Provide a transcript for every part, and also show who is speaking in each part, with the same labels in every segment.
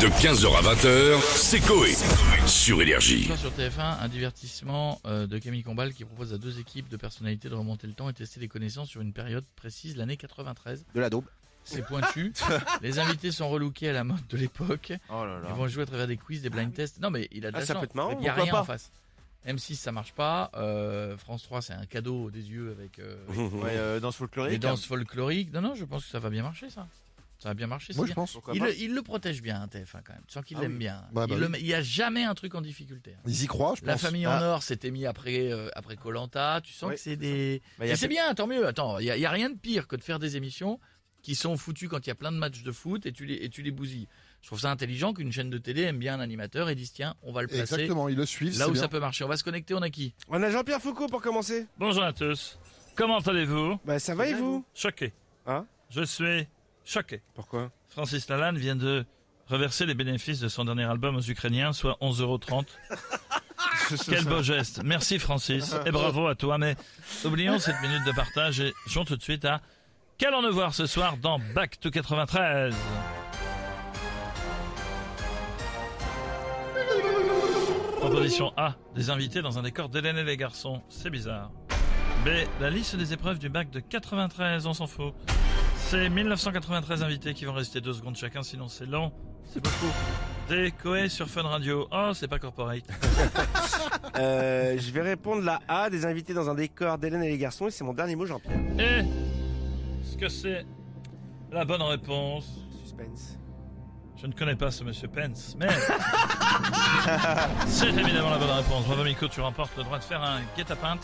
Speaker 1: De 15h à 20h, c'est Coé. Sur Énergie.
Speaker 2: Ce soir sur TF1, un divertissement euh, de Camille Combal qui propose à deux équipes de personnalités de remonter le temps et tester les connaissances sur une période précise, l'année 93.
Speaker 3: De la daube.
Speaker 2: C'est pointu. les invités sont relookés à la mode de l'époque.
Speaker 3: Oh là
Speaker 2: Ils vont jouer à travers des quiz, des blind tests. Non mais il a de
Speaker 3: Ah,
Speaker 2: la
Speaker 3: ça
Speaker 2: chance.
Speaker 3: peut être marrant,
Speaker 2: Il n'y a
Speaker 3: pourquoi
Speaker 2: rien
Speaker 3: pas
Speaker 2: en face. M6 ça marche pas. Euh, France 3 c'est un cadeau des yeux avec euh, hein,
Speaker 3: Ouais, euh, danse folklorique.
Speaker 2: les danses folkloriques. Non non, je pense que ça va bien marcher ça. Ça va bien marcher. c'est
Speaker 4: Moi, je
Speaker 2: bien.
Speaker 4: pense.
Speaker 3: Pourquoi
Speaker 2: Il,
Speaker 3: pas
Speaker 2: le- il le protège bien, hein, TF1 quand même. Tu sens qu'il
Speaker 3: Ah
Speaker 2: l'aime
Speaker 3: oui.
Speaker 2: bien. hein.
Speaker 4: Bah, bah
Speaker 2: il, le
Speaker 4: oui.
Speaker 2: met- il y a jamais un truc en difficulté. hein.
Speaker 4: Ils y croient, je pense.
Speaker 2: La famille en
Speaker 3: Ah.
Speaker 2: or s'était mis après euh, après Colanta. Tu sens
Speaker 3: Oui.
Speaker 2: que c'est des.
Speaker 3: Bah, y
Speaker 2: Et
Speaker 3: a-
Speaker 2: c'est bien, tant mieux. Attends, il y, a- il y a rien de pire que de faire des émissions qui sont foutues quand il y a plein de matchs de foot et tu les et tu les bousilles. Je trouve ça intelligent qu'une chaîne de télé aime bien un animateur et dise tiens, on va le placer
Speaker 4: Exactement, ils le suivent.
Speaker 2: là
Speaker 4: c'est
Speaker 2: où
Speaker 4: bien.
Speaker 2: ça peut marcher. On va se connecter. On a qui
Speaker 3: On a Jean-Pierre Foucault pour commencer.
Speaker 5: Bonjour à tous. Comment allez-vous
Speaker 3: Bah ça va et vous
Speaker 5: Choqué.
Speaker 3: Hein
Speaker 5: Je suis choqué.
Speaker 3: Pourquoi
Speaker 5: Francis Lalanne vient de reverser les bénéfices de son dernier album aux Ukrainiens, soit 11,30 Quel beau geste. Merci Francis et bravo à toi. Mais oublions cette minute de partage et jouons tout de suite à Qu'allons-nous voir ce soir dans Back to 93 Proposition A, des invités dans un décor d'Hélène et les garçons. C'est bizarre. B, la liste des épreuves du bac de 93, on s'en fout. C'est 1993 invités qui vont rester deux secondes chacun, sinon c'est long. C'est beaucoup. D, Coé sur Fun Radio. Oh, c'est pas corporate.
Speaker 6: Euh, je vais répondre la A des invités dans un décor d'Hélène et les garçons et c'est mon dernier mot Jean-Pierre.
Speaker 5: Et ce que c'est la bonne réponse
Speaker 6: Suspense.
Speaker 5: Je ne connais pas ce monsieur Pence, mais c'est évidemment la bonne réponse. Bravo Miko, tu remportes le droit de faire un guet-apens.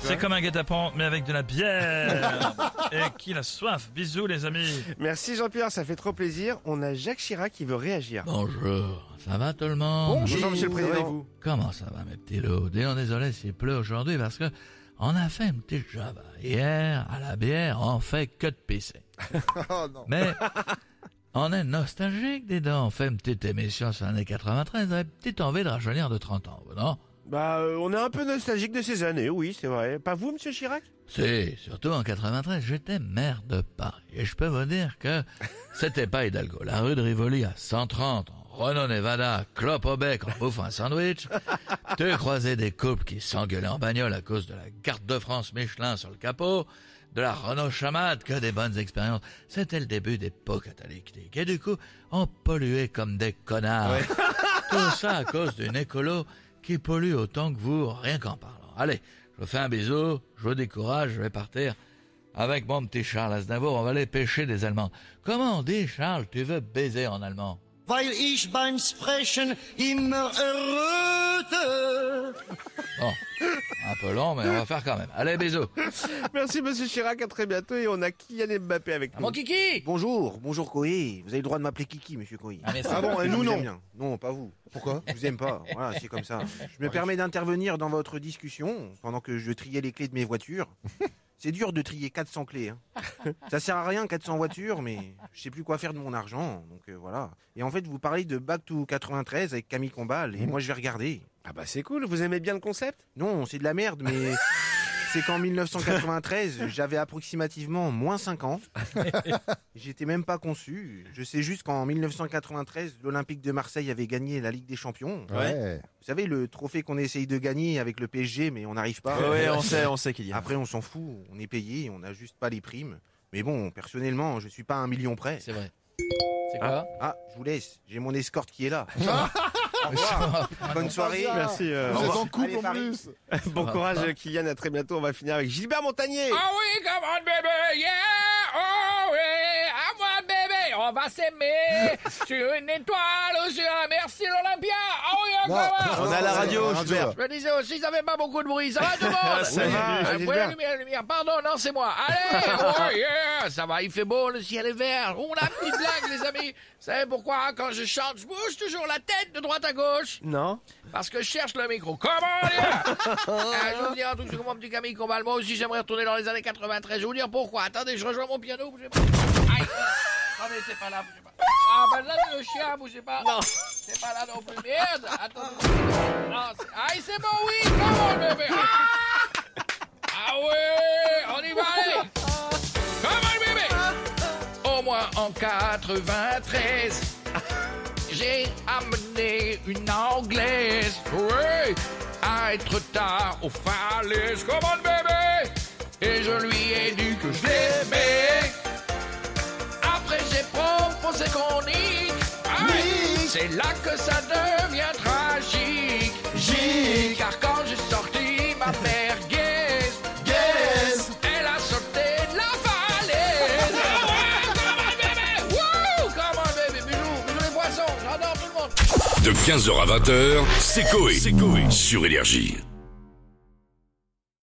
Speaker 5: C'est comme un guet-apens, mais avec de la bière. Et qu'il a soif. Bisous les amis.
Speaker 6: Merci Jean-Pierre, ça fait trop plaisir. On a Jacques Chirac qui veut réagir.
Speaker 2: Bonjour. Ça va tout le monde
Speaker 6: Bonjour Monsieur le Président. vous
Speaker 2: Comment ça va mes petits loups Dis donc, désolé s'il pleut aujourd'hui parce que on a fait une petite java hier à la bière. On fait que de pisser.
Speaker 4: Oh non.
Speaker 2: Mais on est nostalgique, dis donc. On fait une petite émission sur l'année 93, une petite envie de rajeunir de 30 ans, vous, non
Speaker 6: Bah euh, on est un peu nostalgique de ces années, oui c'est vrai. Pas vous Monsieur Chirac
Speaker 2: Si, surtout en 93, j'étais maire de Paris. Et je peux vous dire que c'était pas Hidalgo. La rue de Rivoli à 130, en Renault Nevada, clope au bec en bouffant un sandwich. Tu croisais des couples qui s'engueulaient en bagnole à cause de la carte de France Michelin sur le capot, de la Renault Chamade, que des bonnes expériences. C'était le début des pots catalytiques. Et du coup, on polluait comme des connards. Tout ça à cause d'une écolo qui pollue autant que vous, rien qu'en parlant. Allez, je vous fais un bisou, je vous décourage, je vais partir avec mon petit Charles Aznavour, on va aller pêcher des Allemands. Comment on dit, Charles, tu veux baiser en allemand
Speaker 7: weil ich beim Sprechen immer erröte.
Speaker 2: Bon, un peu long, mais on va faire quand même. Allez, bisous
Speaker 6: Merci Monsieur Chirac, à très bientôt et on a Kylian Mbappé avec nous.
Speaker 2: Mon kiki
Speaker 8: Bonjour, bonjour Koé. Vous avez le droit de m'appeler Kiki, monsieur Koé.
Speaker 2: Ah, mais ça-
Speaker 6: Ah bon, et
Speaker 8: Je
Speaker 6: nous
Speaker 8: vous
Speaker 6: non
Speaker 8: aime bien. eh, Non, pas vous.
Speaker 4: Pourquoi
Speaker 8: Je vous aime pas. Voilà, c'est comme ça. Je me permets d'intervenir dans votre discussion pendant que je triais les clés de mes voitures. C'est dur de trier 400 clés. hein. Ça sert à rien 400 voitures, mais je sais plus quoi faire de mon argent, donc euh, voilà. Et en fait, vous parlez de Back to 93 avec Camille Combal, et moi je vais regarder.
Speaker 6: Ah bah c'est cool, vous aimez bien le concept
Speaker 8: Non, c'est de la merde, mais c'est qu'en 1993, j'avais approximativement moins 5 ans. J'étais même pas conçu. Je sais juste qu'en 1993, l'Olympique de Marseille avait gagné la Ligue des Champions.
Speaker 4: Ouais.
Speaker 8: Vous savez, le trophée qu'on essaye de gagner avec le PSG, mais on n'arrive pas.
Speaker 3: Ouais, on sait, on sait qu'il y
Speaker 6: Ah,
Speaker 3: a.
Speaker 8: Après, on s'en fout. On est payé, on n'a juste pas les primes. Mais bon, personnellement, je suis pas à un million près.
Speaker 2: C'est vrai. C'est quoi
Speaker 8: Ah, je vous laisse. J'ai mon escorte qui est là. Au
Speaker 2: Ça
Speaker 8: revoir.
Speaker 3: Ah,
Speaker 8: Bonne soirée.
Speaker 6: Merci. euh,
Speaker 4: Vous êtes en
Speaker 8: Allez,
Speaker 4: couple en
Speaker 8: Paris.
Speaker 4: plus.
Speaker 6: bon courage euh, Kylian, à très bientôt. On va finir avec Gilbert Montagnier.
Speaker 2: Ah oui, come on, baby, yeah, oh oui, à moi, baby, on va s'aimer sur une étoile, sur un merci l'Olympia, ah oui,
Speaker 4: Non.
Speaker 2: encore
Speaker 6: On a la radio, Gilbert.
Speaker 2: Je me disais aussi, ça fait pas beaucoup de bruit, ça va tout le monde
Speaker 6: Ça va,
Speaker 2: Ah,
Speaker 6: Gilbert
Speaker 2: ouais, la lumière, la lumière, pardon, non, c'est moi, allez, oh yeah, ça va, il fait beau, le ciel est vert, on a une petite blague, les amis, vous savez pourquoi, quand je chante, je bouge toujours la tête de droite à gauche
Speaker 6: Non
Speaker 2: parce que je cherche le micro. Comment dire Euh, Je vais vous dire un truc sur mon petit Camille Combal. Moi aussi, j'aimerais retourner dans les années 93. Je vais vous dire pourquoi. Attendez, je rejoins mon piano. Bougez pas. Aïe. Non, mais c'est pas là. Bougez pas. Ah, ben là, c'est le chien. Bougez pas. Non. C'est pas là non plus. Merde. Attendez. Non, c'est- Aïe, c'est bon, oui. Comment, bébé Ah, ah ouais. On y va, allez. Comment, bébé Au moins en 93.
Speaker 9: J'ai amené une anglaise, oui, à être tard aux falaises comme un bébé. Et je lui ai dit que je l'aimais. Après j'ai proposé qu'on nique. Aïe, C'est là que ça devient tragique. Gique. Car quand j'ai sorti ma mère gaise, gaise, elle a sauté de la falaise. Ouais, comme un bébé, wouh, comme un bébé, bisous, bisous les poissons, j'adore tout le monde.
Speaker 1: De 15h à 20h, c'est Coé. Sur Énergie.